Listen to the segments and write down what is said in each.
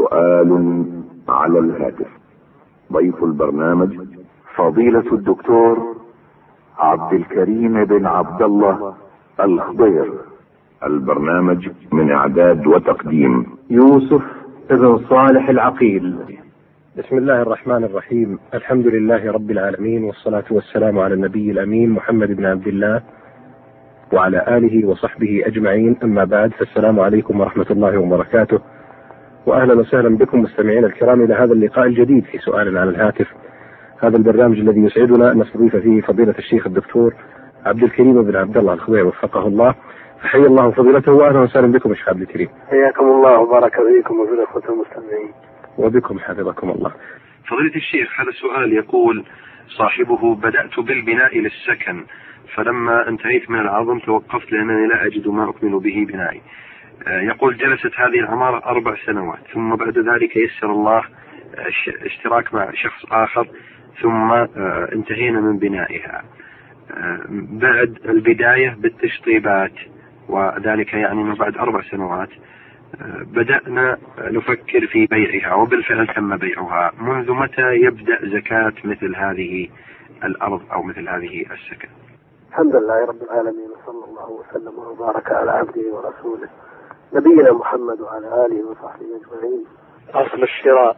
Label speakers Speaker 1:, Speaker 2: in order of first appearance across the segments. Speaker 1: سؤال على الهاتف ضيف البرنامج فضيلة الدكتور عبد الكريم بن عبد الله الخضير البرنامج من اعداد وتقديم
Speaker 2: يوسف ابن صالح العقيل بسم الله الرحمن الرحيم الحمد لله رب العالمين والصلاة والسلام على النبي الأمين محمد بن عبد الله وعلى آله وصحبه أجمعين أما بعد فالسلام عليكم ورحمة الله وبركاته وأهلا وسهلا بكم مستمعين الكرام إلى هذا اللقاء الجديد في سؤال على الهاتف هذا البرنامج الذي يسعدنا أن نستضيف فيه فضيلة الشيخ الدكتور عبد الكريم بن عبد الله الخضير وفقه الله حيا الله فضيلته واهلا وسهلا بكم يا شيخ عبد الكريم.
Speaker 3: حياكم الله وبارك فيكم وفي الاخوه المستمعين.
Speaker 2: وبكم حفظكم الله.
Speaker 4: فضيلة الشيخ هذا سؤال يقول صاحبه بدأت بالبناء للسكن فلما انتهيت من العظم توقفت لأنني لا أجد ما أكمل به بنائي آه، يقول جلست هذه العمارة أربع سنوات ثم بعد ذلك يسر الله آه، اشتراك مع شخص آخر ثم آه، انتهينا من بنائها آه، بعد البداية بالتشطيبات وذلك يعني من بعد أربع سنوات آه، بدأنا نفكر في بيعها وبالفعل تم بيعها منذ متى يبدأ زكاة مثل هذه الأرض أو مثل هذه السكن
Speaker 3: الحمد لله رب العالمين وصلى الله وسلم وبارك على عبده ورسوله نبينا محمد وعلى آله وصحبه أجمعين أصل الشراء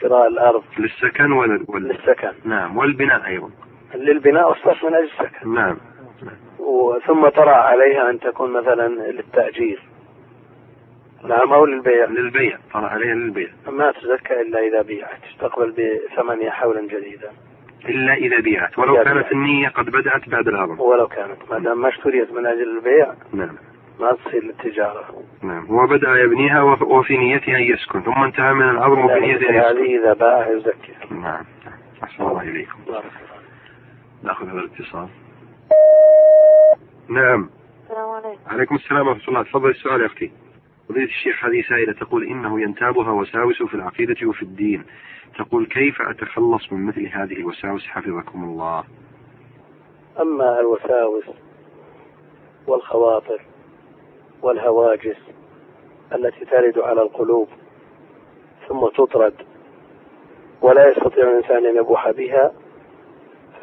Speaker 3: شراء الأرض
Speaker 4: للسكن ولا ولا-
Speaker 3: للسكن
Speaker 4: نعم والبناء أيضا
Speaker 3: للبناء والصرف من أجل السكن
Speaker 4: نعم
Speaker 3: وثم طرأ عليها أن تكون مثلا للتأجير نعم أو للبيع
Speaker 4: للبيع طلع عليها للبيع
Speaker 3: ما تزكى إلا إذا بيعت تستقبل بثمنها حولا جديدا
Speaker 4: إلا إذا بيعت ولو
Speaker 3: إذا
Speaker 4: كانت
Speaker 3: بيعت.
Speaker 4: النية قد بدأت بعد العظم
Speaker 3: ولو كانت ما دام ما اشتريت من أجل البيع
Speaker 4: نعم
Speaker 3: ما تصير للتجارة
Speaker 4: نعم هو بدأ يبنيها وف- وفي نيته أن يسكن ثم انتهى من العظم وفي
Speaker 3: يعني
Speaker 4: نيته
Speaker 3: مثل
Speaker 4: أن يسكن
Speaker 3: هذه إذا باعها يزكي
Speaker 4: نعم أحسن الله إليكم
Speaker 3: بارك الله.
Speaker 4: ناخذ هذا الاتصال نعم
Speaker 5: السلام عليكم
Speaker 4: عليكم السلام ورحمة الله تفضل السؤال يا أختي قضية الشيخ هذه سائلة تقول إنه ينتابها وساوس في العقيدة وفي الدين تقول كيف أتخلص من مثل هذه الوساوس حفظكم الله
Speaker 3: أما الوساوس والخواطر والهواجس التي ترد على القلوب ثم تطرد ولا يستطيع الإنسان أن يبوح بها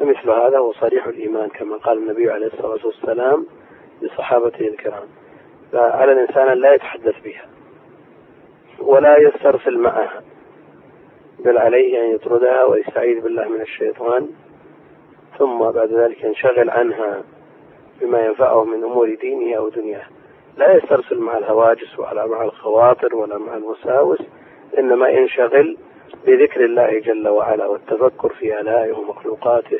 Speaker 3: فمثل هذا هو صريح الإيمان كما قال النبي عليه الصلاة والسلام لصحابته الكرام فعلى الإنسان أن لا يتحدث بها ولا يسترسل معها بل عليه أن يطردها ويستعيذ بالله من الشيطان ثم بعد ذلك ينشغل عنها بما ينفعه من امور دينه او دنياه. لا يسترسل مع الهواجس ولا مع الخواطر ولا مع الوساوس انما ينشغل بذكر الله جل وعلا والتفكر في الائه ومخلوقاته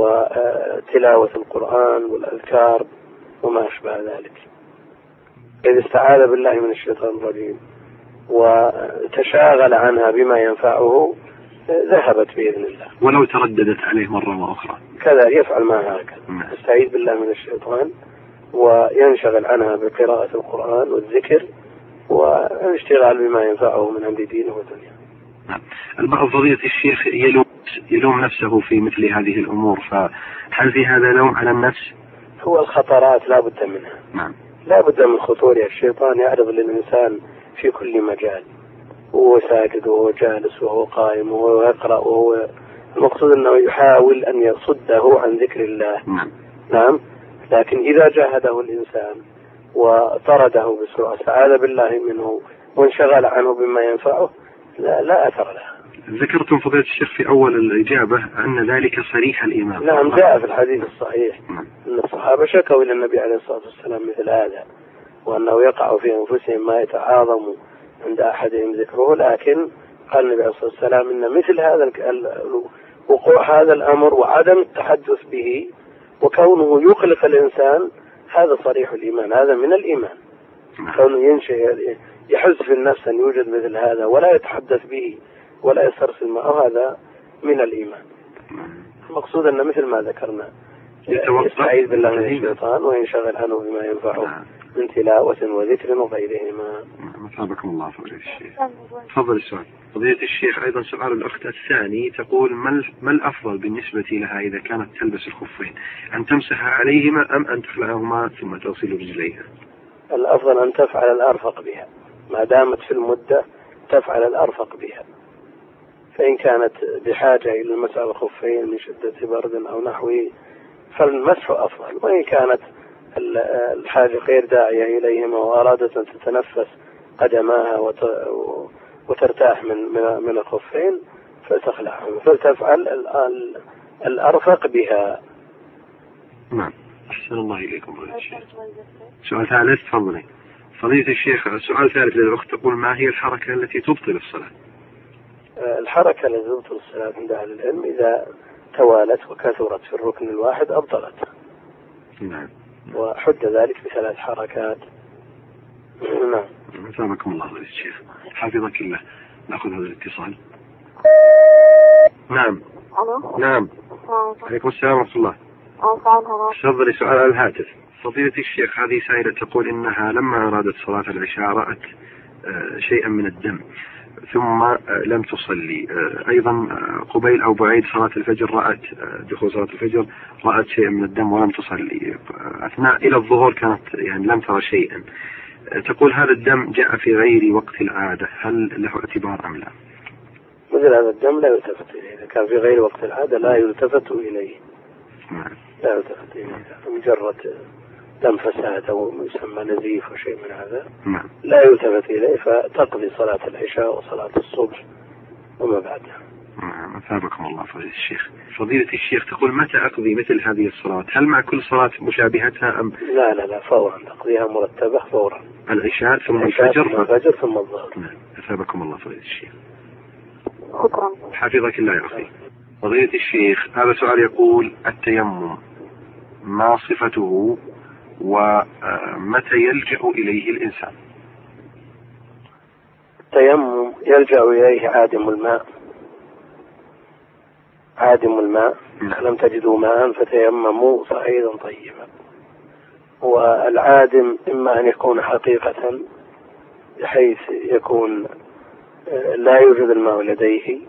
Speaker 3: وتلاوه القران والاذكار وما اشبه ذلك. اذ استعاذ بالله من الشيطان الرجيم وتشاغل عنها بما ينفعه ذهبت باذن الله.
Speaker 4: ولو ترددت عليه مرة وأخرى
Speaker 3: كذا يفعل معها هكذا
Speaker 4: نعم.
Speaker 3: يستعيذ بالله من الشيطان وينشغل عنها بقراءة القرآن والذكر والاشتغال بما ينفعه من عند دينه ودنياه
Speaker 4: نعم. البعض فضيلة الشيخ يلوم يلوم نفسه في مثل هذه الأمور فهل في هذا لوم على النفس؟
Speaker 3: هو الخطرات لا بد منها
Speaker 4: نعم
Speaker 3: لا بد من خطورها الشيطان يعرض للإنسان في كل مجال وهو ساجد وهو جالس وهو قائم وهو يقرأ وهو المقصود أنه يحاول أن يصده عن ذكر الله
Speaker 4: نعم
Speaker 3: نعم لكن إذا جاهده الإنسان وطرده بسرعة استعاذ بالله منه وانشغل عنه بما ينفعه لا, لا أثر له
Speaker 4: ذكرتم فضيلة الشيخ في أول الإجابة أن ذلك صريح الإيمان
Speaker 3: نعم جاء في الحديث الصحيح
Speaker 4: نعم.
Speaker 3: أن الصحابة شكوا إلى النبي عليه الصلاة والسلام مثل هذا وأنه يقع في أنفسهم ما يتعاظم عند أحدهم ذكره لكن قال النبي عليه الصلاة والسلام أن مثل هذا الك- ال- وقوع هذا الأمر وعدم التحدث به وكونه يقلق الإنسان هذا صريح الإيمان هذا من الإيمان
Speaker 4: نعم.
Speaker 3: كونه ينشئ يحس في النفس ان يوجد مثل هذا ولا يتحدث به ولا يسترسل معه هذا من الايمان.
Speaker 4: نعم.
Speaker 3: المقصود ان مثل ما ذكرنا
Speaker 4: يتوقف.
Speaker 3: يستعيذ بالله من الشيطان وينشغل عنه بما ينفعه
Speaker 4: نعم.
Speaker 3: من تلاوه وذكر وغيرهما.
Speaker 4: نعم. مثابكم الله فضيلة الشيخ
Speaker 5: أهلاً.
Speaker 4: تفضل السؤال فضيلة الشيخ أيضا سؤال الأخت الثاني تقول ما ال- ما الأفضل بالنسبة لها إذا كانت تلبس الخفين أن تمسح عليهما أم أن تخلعهما ثم تغسل رجليها
Speaker 3: الافضل ان تفعل الارفق بها ما دامت في المده تفعل الأرفق بها فإن كانت بحاجة إلى مسح الخفين من شدة برد أو نحوه فالمسح أفضل وإن كانت الحاجة غير داعية إليهما وأرادت أن تتنفس قدماها وترتاح من من من الخفين فلتخلعهما فلتفعل الأرفق بها.
Speaker 4: نعم أحسن الله إليكم فضيلة الشيخ. سؤال ثالث تفضلي. فضيلة الشيخ سؤال ثالث للأخت تقول ما هي الحركة التي تبطل الصلاة؟
Speaker 3: آه، الحركة التي تبطل الصلاة عند أهل العلم إذا توالت وكثرت في الركن الواحد أبطلت.
Speaker 4: نعم.
Speaker 3: وحد ذلك بثلاث حركات. نعم.
Speaker 4: أثابكم الله فضيلة الشيخ. حفظك الله. ناخذ هذا الاتصال. نعم.
Speaker 5: الو
Speaker 4: نعم.
Speaker 5: السلام عليكم
Speaker 4: عليكم السلام ورحمة الله.
Speaker 5: السلام عليكم
Speaker 4: تفضلي سؤال على الهاتف فضيلة الشيخ هذه سائلة تقول إنها لما أرادت صلاة العشاء رأت آه، شيئا من الدم ثم آه، لم تصلي آه، أيضا آه، قبيل أو بعيد صلاة الفجر رأت آه، دخول صلاة الفجر رأت شيئا من الدم ولم تصلي آه، أثناء إلى الظهور كانت يعني لم ترى شيئا آه، تقول هذا الدم جاء في غير وقت العادة هل له اعتبار أم لا
Speaker 3: مثل هذا الدم لا يلتفت إليه إذا كان في غير وقت العادة لا يلتفت إليه.
Speaker 4: نعم.
Speaker 3: لا يلتفت إليه مجرد دم فساد أو يسمى نزيف أو شيء من هذا
Speaker 4: نعم
Speaker 3: لا يلتفت إليه فتقضي صلاة العشاء وصلاة الصبح وما بعدها
Speaker 4: نعم أثابكم الله فضيلة الشيخ فضيلة الشيخ تقول متى أقضي مثل هذه الصلاة هل مع كل صلاة مشابهتها أم
Speaker 3: لا لا لا فورا تقضيها مرتبة فورا
Speaker 4: العشاء ثم
Speaker 3: العشاء ثم
Speaker 4: الفجر
Speaker 3: الفجر ثم الظهر
Speaker 4: نعم أثابكم الله فضيلة الشيخ
Speaker 5: شكرا
Speaker 4: حفظك الله يا أخي فضيلة الشيخ هذا سؤال يقول التيمم ما صفته ومتى آه، يلجأ إليه الإنسان
Speaker 3: التيمم يلجأ إليه عادم الماء عادم الماء لم تجدوا ماء فتيمموا صعيدا طيبا والعادم إما أن يكون حقيقة بحيث يكون آه، لا يوجد الماء لديه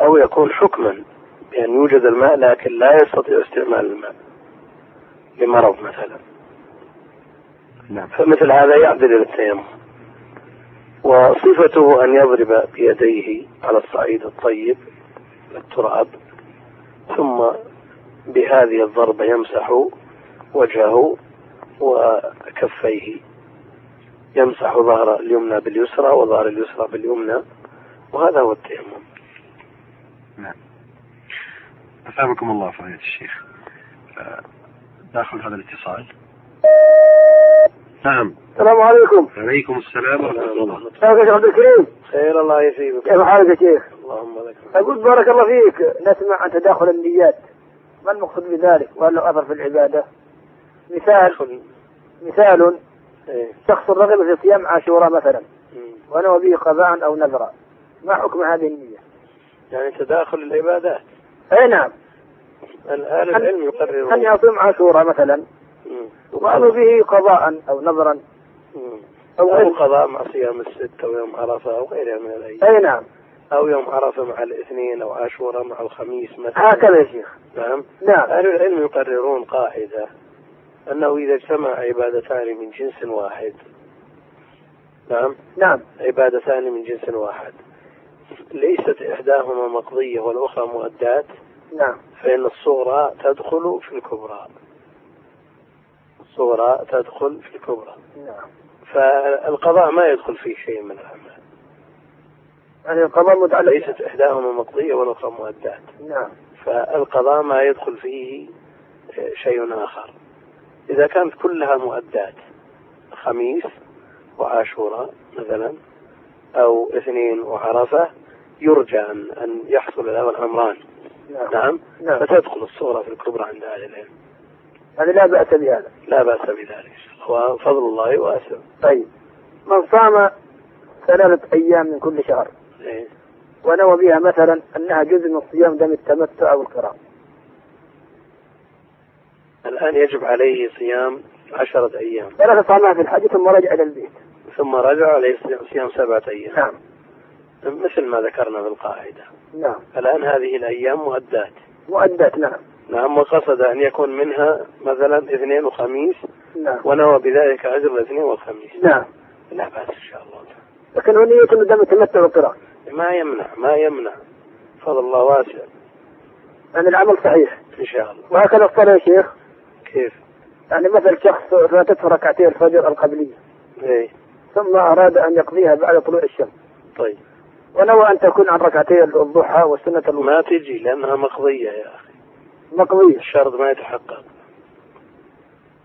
Speaker 3: أو يكون حكما بأن يوجد الماء لكن لا يستطيع استعمال الماء لمرض مثلا
Speaker 4: نعم
Speaker 3: فمثل هذا يعدل إلى التيمم وصفته أن يضرب بيديه على الصعيد الطيب التراب ثم بهذه الضربة يمسح وجهه وكفيه يمسح ظهر اليمنى باليسرى وظهر اليسرى باليمنى وهذا هو التيمم
Speaker 4: أثابكم الله فضيلة الشيخ آه، ناخذ هذا الاتصال نعم
Speaker 6: السلام عليكم
Speaker 4: عليكم السلام ورحمة الله
Speaker 6: ازيك يا عبد الكريم
Speaker 3: خير الله يثيبك
Speaker 6: كيف حالك يا شيخ؟
Speaker 3: اللهم لك الحمد.
Speaker 6: اقول بارك الله فيك نسمع عن تداخل النيات ما المقصود بذلك؟ وهل له اثر في العباده؟ مثال
Speaker 3: تدخل
Speaker 6: مثال
Speaker 3: إيه.
Speaker 6: شخص رغب في صيام عاشوراء مثلا
Speaker 3: مم.
Speaker 6: ونوى به قضاء او نذرا ما حكم هذه النيه؟
Speaker 3: يعني تداخل العبادات
Speaker 6: اي نعم
Speaker 3: الآن العلم يقرر
Speaker 6: هل يصوم عاشوراء مثلا
Speaker 3: مم.
Speaker 6: وقالوا به قضاء او نذرا
Speaker 3: مم.
Speaker 6: او
Speaker 3: أو
Speaker 6: غير
Speaker 3: قضاء مع صيام الست أو يوم عرفة أو غيرها من الأيام
Speaker 6: اي نعم
Speaker 3: أو يوم عرفة مع الاثنين أو عاشوراء مع الخميس مثلا
Speaker 6: هكذا يا شيخ
Speaker 3: نعم
Speaker 6: نعم
Speaker 3: أهل العلم يقررون قاعدة أنه إذا اجتمع عبادتان من جنس واحد نعم
Speaker 6: نعم
Speaker 3: عبادتان من جنس واحد ليست إحداهما مقضية والأخرى مؤدات
Speaker 6: نعم
Speaker 3: فإن الصغرى تدخل في الكبرى الصغرى تدخل في الكبرى
Speaker 6: نعم
Speaker 3: فالقضاء ما يدخل فيه شيء من الأعمال
Speaker 6: يعني القضاء متعلق
Speaker 3: ليست إحداهما مقضية والأخرى مؤدات
Speaker 6: نعم
Speaker 3: فالقضاء ما يدخل فيه آه، شيء آخر إذا كانت كلها مؤدات خميس وعاشوراء مثلا أو اثنين وعرفة يرجى أن أن يحصل لها الأمران
Speaker 6: نعم
Speaker 3: نعم
Speaker 6: نعم
Speaker 3: فتدخل الصورة في الكبرى عند أهل العلم
Speaker 6: هذا لا باس بهذا
Speaker 3: لا بأس بذلك وفضل الله واسع
Speaker 6: طيب من صام ثلاثة أيام من كل شهر
Speaker 3: إيه.
Speaker 6: ونوى بها مثلا أنها جزء من صيام دم التمتع أو الكرام
Speaker 3: الآن يجب عليه صيام عشرة أيام
Speaker 6: ثلاثة صامها في الحج ثم رجع إلى البيت
Speaker 3: ثم رجع عليه صيام سبعة أيام
Speaker 6: نعم
Speaker 3: مثل ما ذكرنا في القاعدة
Speaker 6: نعم
Speaker 3: الآن هذه الأيام مؤدات
Speaker 6: مؤدات نعم
Speaker 3: نعم وقصد أن يكون منها مثلا اثنين وخميس
Speaker 6: نعم
Speaker 3: ونوى بذلك أجر الاثنين والخميس
Speaker 6: نعم
Speaker 3: لا بأس إن شاء الله
Speaker 6: لكن هو نية انه دام التمتع والقراءة
Speaker 3: ما يمنع ما يمنع فضل الله واسع
Speaker 6: يعني العمل صحيح
Speaker 3: ان شاء الله
Speaker 6: وهكذا الصلاة يا شيخ
Speaker 3: كيف؟
Speaker 6: يعني مثل شخص فاتته ركعتي الفجر القبلية
Speaker 3: ايه
Speaker 6: ثم أراد أن يقضيها بعد طلوع الشمس
Speaker 3: طيب
Speaker 6: ونوى أن تكون عن ركعتي الضحى والسنة الوسطى
Speaker 3: ما تجي لانها مقضيه يا اخي
Speaker 6: مقضية
Speaker 3: الشرط ما يتحقق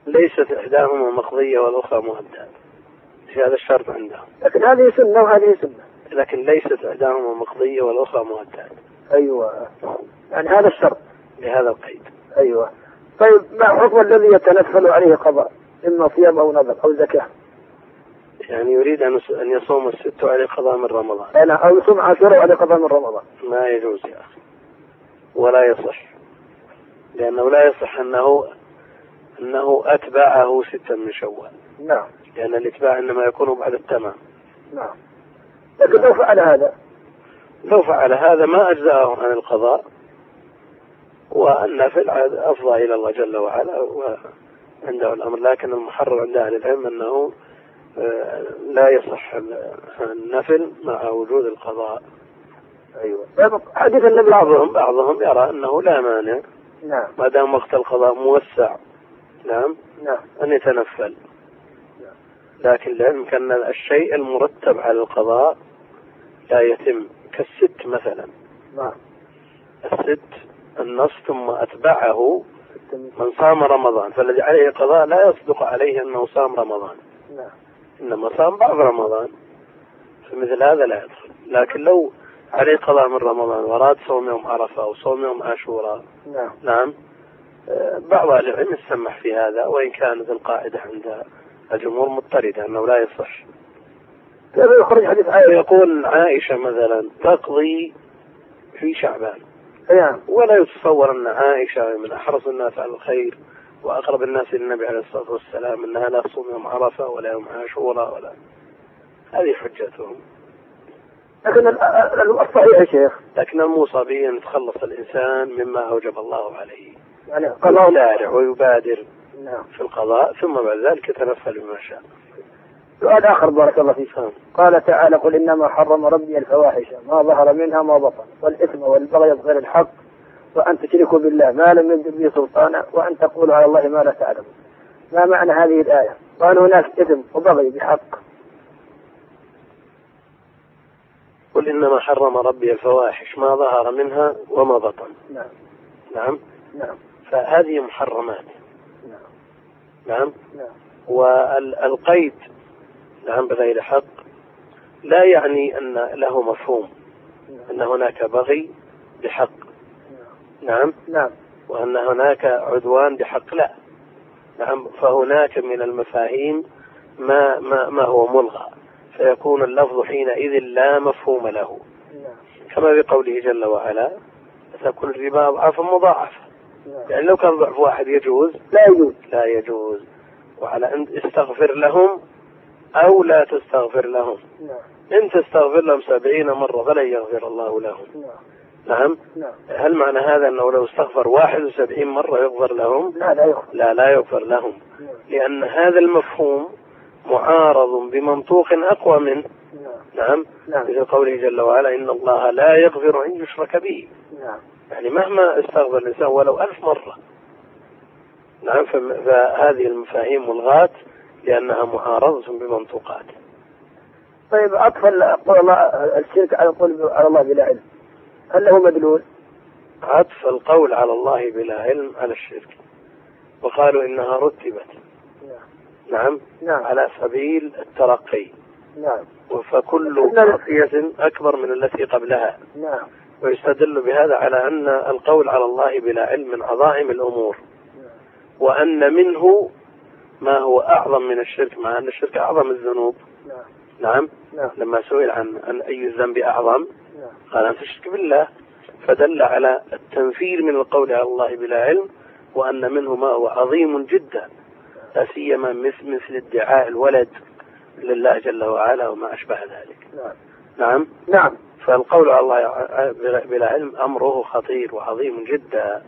Speaker 3: ليست احداهما مقضيه والاخرى مؤداه هذا الشرط عندهم
Speaker 6: لكن هذه سنة وهذه سنة
Speaker 3: لكن ليست احداهما مقضيه والاخرى مؤداه
Speaker 6: أيوة يعني هذا الشرط
Speaker 3: لهذا القيد
Speaker 6: أيوة طيب ما حكم الذي يتنفل عليه قضاء إما صيام أو نذر أو زكاة
Speaker 3: يعني يريد ان ان يصوم الست عليه قضاء من رمضان
Speaker 6: يعني أو يصوم عاشوراء عليه قضاء من رمضان
Speaker 3: ما يجوز يا اخي ولا يصح لانه لا يصح انه انه اتبعه ستا من شوال
Speaker 6: نعم
Speaker 3: لان الاتباع انما يكون بعد التمام
Speaker 6: نعم لكن لو فعل هذا
Speaker 3: لو فعل هذا ما أجزاه عن القضاء والنفل عاد أفضى إلى الله جل وعلا وعنده الأمر لكن المحرر عند أهل العلم أنه آه، لا يصح ال- النفل مع وجود القضاء
Speaker 6: أيوة حديث النبي
Speaker 3: بعضهم بعضهم يرى أنه لا مانع
Speaker 6: نعم
Speaker 3: ما دام وقت القضاء موسع نعم
Speaker 6: نعم
Speaker 3: أن يتنفل لكن لعلمك أن الشيء المرتب على القضاء لا يتم كالست مثلا
Speaker 6: نعم
Speaker 3: الست النص ثم أتبعه من صام رمضان فالذي عليه قضاء لا يصدق عليه أنه صام رمضان
Speaker 6: نعم
Speaker 3: إنما صام بعض رمضان فمثل هذا لا يدخل لكن لو عليه قضاء من رمضان وأراد صوم يوم عرفة أو صوم يوم عاشوراء
Speaker 6: نعم
Speaker 3: نعم آه، بعض أهل العلم يسمح في هذا وإن كانت القاعدة عند الجمهور مضطردة أنه لا يصح
Speaker 6: كيف يخرج حديث عائشة
Speaker 3: يقول عائشة مثلا تقضي في شعبان
Speaker 6: نعم
Speaker 3: ولا يتصور ان عائشه من احرص الناس على الخير واقرب الناس الى النبي عليه الصلاه والسلام انها لا تصوم يوم عرفه ولا يوم عاشوراء ولا هذه حجتهم
Speaker 6: لكن ال- ال- الصحيح يا شيخ
Speaker 3: لكن الموصى به ان يتخلص الانسان مما اوجب الله عليه
Speaker 6: يعني قضاء
Speaker 3: يسارع ويبادر
Speaker 6: نعم
Speaker 3: في القضاء ثم بعد ذلك يتنفل بما شاء
Speaker 6: سؤال آخر بارك الله فيك
Speaker 3: نعم.
Speaker 6: قال تعالى قل إنما حرم ربي الفواحش ما ظهر منها ما بطن والإثم والبغي بغير الحق وأن تشركوا بالله ما لم ينزل به سلطانا وأن تقولوا على الله ما لا تعلمون ما معنى هذه الآية؟ قال هناك إثم وبغي بحق
Speaker 3: قل انما حرم ربي الفواحش ما ظهر منها وما بطن
Speaker 6: نعم
Speaker 3: نعم
Speaker 6: نعم
Speaker 3: فهذه محرمات
Speaker 6: نعم
Speaker 3: نعم
Speaker 6: نعم
Speaker 3: والقيد نعم بغير حق لا يعني ان له مفهوم
Speaker 6: نعم.
Speaker 3: ان هناك بغي بحق نعم
Speaker 6: نعم
Speaker 3: وان هناك عدوان بحق لا نعم فهناك من المفاهيم ما ما ما هو ملغى فيكون اللفظ حينئذ لا مفهوم له
Speaker 6: نعم
Speaker 3: كما بقوله جل وعلا تكون الربا اضعافا مضاعفه
Speaker 6: نعم
Speaker 3: يعني لو كان ضعف واحد يجوز
Speaker 6: لا يجوز
Speaker 3: لا يجوز وعلى أن استغفر لهم أو لا تستغفر لهم
Speaker 6: نعم
Speaker 3: إن تستغفر لهم سبعين مرة فلن يغفر الله لهم
Speaker 6: نعم
Speaker 3: نعم
Speaker 6: نعم
Speaker 3: هل معنى هذا أنه لو استغفر واحد وسبعين مرة يغفر لهم
Speaker 6: لا لا يخرج
Speaker 3: لا لا يغفر لهم
Speaker 6: نعم
Speaker 3: لأن هذا المفهوم معارض بمنطوق أقوى منه
Speaker 6: نعم
Speaker 3: نعم
Speaker 6: نعم
Speaker 3: مثل قوله جل وعلا إن الله لا يغفر أن يشرك به
Speaker 6: نعم
Speaker 3: يعني مهما استغفر الإنسان ولو ألف مرة نعم فم- فهذه المفاهيم ملغاة لأنها معارضة بمنطوقات
Speaker 6: طيب أطفل قول الله الشرك على القول على الله بلا علم هل له مدلول؟
Speaker 3: عطف القول على الله بلا علم على الشرك وقالوا إنها رتبت
Speaker 6: نعم
Speaker 3: نعم
Speaker 6: نعم
Speaker 3: على سبيل الترقي
Speaker 6: نعم
Speaker 3: فكل معصية أكبر من التي قبلها
Speaker 6: نعم
Speaker 3: ويستدل بهذا على أن القول على الله بلا علم من عظائم الأمور وأن منه ما هو أعظم من الشرك مع أن الشرك أعظم الذنوب
Speaker 6: نعم
Speaker 3: نعم
Speaker 6: نعم
Speaker 3: لما سئل عن عن اي الذنب اعظم
Speaker 6: نعم
Speaker 3: قال ان تشرك بالله فدل على التنفير من القول على الله بلا علم وان منه ما هو عظيم جدا لا سيما مثل مثل ادعاء الولد لله جل وعلا وما اشبه ذلك
Speaker 6: نعم
Speaker 3: نعم
Speaker 6: نعم
Speaker 3: فالقول على الله ع- بلا- بلا علم امره خطير وعظيم جدا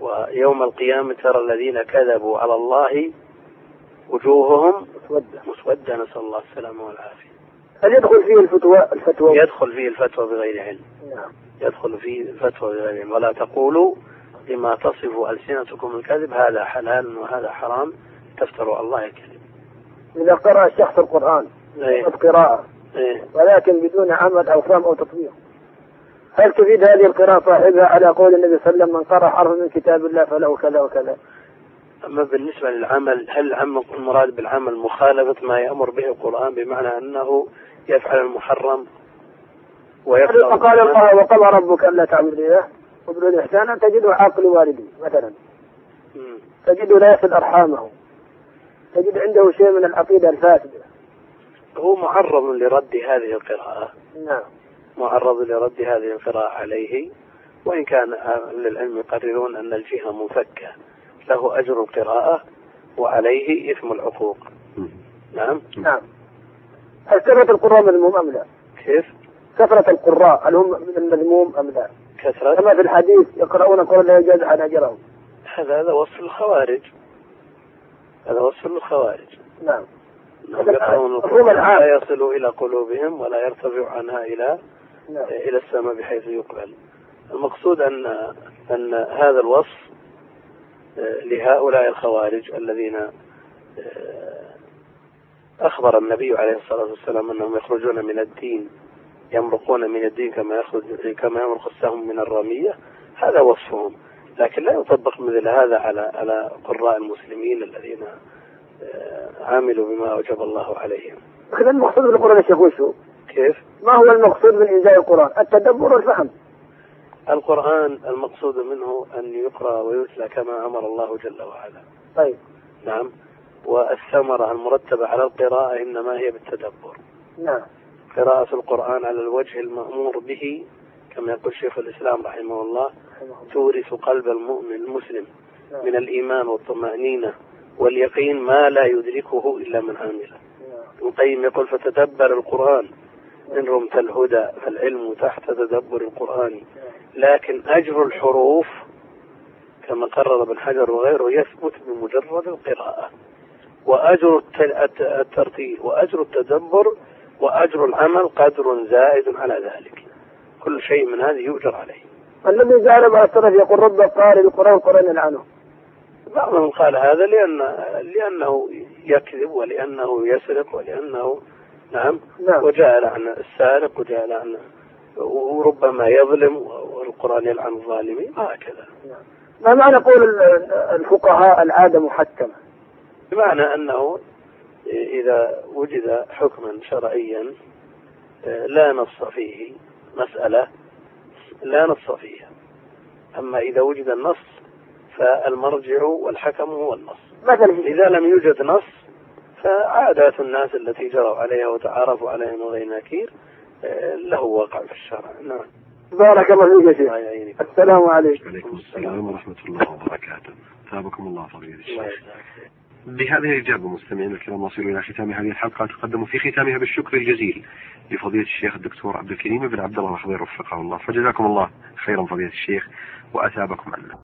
Speaker 3: ويوم القيامه ترى الذين كذبوا على الله وجوههم
Speaker 6: متودع
Speaker 3: مسوده نسال الله السلامه والعافيه
Speaker 6: هل يدخل فيه الفتوى الفتوى
Speaker 3: يدخل فيه الفتوى بغير علم
Speaker 6: نعم
Speaker 3: يدخل فيه الفتوى بغير علم ولا تقولوا لما تصف ألسنتكم الكذب هذا حلال وهذا حرام تفتروا على الله الكذب
Speaker 6: إذا قرأ الشخص القرآن
Speaker 3: إيه.
Speaker 6: فقط قراءة
Speaker 3: إيه.
Speaker 6: ولكن بدون عمل أو فهم أو تطبيق هل تفيد هذه القراءة صاحبها على قول النبي صلى الله عليه وسلم من قرأ حرفا من كتاب الله فله كذا وكذا
Speaker 3: أما بالنسبة للعمل هل العمل- المراد بالعمل مخالفة ما يأمر به القرآن بمعنى أنه يفعل المحرم ويقرأ
Speaker 6: هذا قال الله وقضى ربك ألا تعبد إله وبالإحسان تجده عاقل والدي مثلا
Speaker 3: مم.
Speaker 6: تجده لا يصل أرحامه تجد عنده شيء من العقيدة الفاسدة
Speaker 3: هو معرض لرد هذه القراءة
Speaker 6: نعم
Speaker 3: معرض لرد هذه القراءة عليه وإن كان أهل العلم يقررون أن الجهة منفكة له أجر القراءة وعليه إثم العقوق نعم
Speaker 6: نعم هل كثرة القراء مذموم أم لا؟
Speaker 3: كيف
Speaker 6: كثرة القراء هل هم من المذموم أم لا؟
Speaker 3: كثرة
Speaker 6: كما في الحديث يقرؤون القرآن لا يجاز عن أجرهم
Speaker 3: هذا هذا وصف الخوارج هذا وصف الخوارج
Speaker 6: نعم
Speaker 3: أنهم يقرؤون
Speaker 6: الرمى
Speaker 3: القرآن
Speaker 6: العام.
Speaker 3: لا يصل إلى قلوبهم ولا يرتفع عنها إلى
Speaker 6: نعم
Speaker 3: إلى السماء بحيث يقبل المقصود أن أن هذا الوصف آه، لهؤلاء الخوارج الذين آه، أخبر النبي عليه الصلاة والسلام أنهم يخرجون من الدين يمرقون من الدين كما يخرج كما يمرق السهم من الرمية هذا وصفهم لكن لا يطبق مثل هذا على على قراء المسلمين الذين آه، عملوا بما أوجب الله عليهم
Speaker 6: إذا المقصود بالقرآن يا شيخ وشو؟
Speaker 3: كيف؟
Speaker 6: ما هو المقصود من إنزال القرآن؟ التدبر والفهم
Speaker 3: القرآن المقصود منه أن يقرأ ويتلى كما أمر الله جل وعلا
Speaker 6: طيب
Speaker 3: نعم والثمرة المرتبة على القراءة إنما هي بالتدبر
Speaker 6: نعم
Speaker 3: قراءة القرآن على الوجه المأمور به كما يقول شيخ الإسلام رحمه الله
Speaker 6: رحمه الله.
Speaker 3: تورث قلب المؤمن المسلم
Speaker 6: نعم.
Speaker 3: من الإيمان والطمأنينة واليقين ما لا يدركه إلا من عمله
Speaker 6: نعم.
Speaker 3: ابن القيم يقول فتدبر القرآن إن رمت الهدى فالعلم تحت تدبر القرآن لكن أجر الحروف كما قرر ابن حجر وغيره يثبت بمجرد القراءة وأجر الت- الت- الترتيل وأجر التدبر وأجر العمل قدر زائد على ذلك كل شيء من هذه يؤجر عليه
Speaker 6: الذي جعل مع السلف يقول رب قارئ القرآن قرآن يلعنه
Speaker 3: بعضهم قال هذا لأن لأنه يكذب ولأنه يسرق ولأنه نعم
Speaker 6: نعم
Speaker 3: وجاء لعن السارق وجاء لعن وربما يظلم والقرآن يلعن الظالمين وهكذا
Speaker 6: ما معنى قول ال- الفقهاء العادة محكمة؟
Speaker 3: بمعنى أنه إذا وجد حكما شرعيا آه، لا نص فيه مسألة لا نص فيها أما إذا وجد النص فالمرجع والحكم هو النص
Speaker 6: مثلا
Speaker 3: إذا لم يوجد نص فعادات الناس التي جروا عليها وتعارفوا عليها من غير نكير آه، له وقع في الشرع نعم
Speaker 6: بارك الله فيك يا شيخ
Speaker 3: الله يعينك
Speaker 6: السلام عليكم
Speaker 4: عليكم السلام ورحمة الله وبركاته ثابكم الله فضيلة
Speaker 3: الله
Speaker 4: الشيخ
Speaker 3: يجزاك خير.
Speaker 4: بهذه الإجابة مستمعينا الكرام نصل إلى ختام هذه الحلقة تقدم في ختامها بالشكر الجزيل لفضيلة الشيخ الدكتور عبد الكريم بن عبد الله الخضير وفقه الله فجزاكم الله خيرا فضيلة الشيخ وأثابكم عنا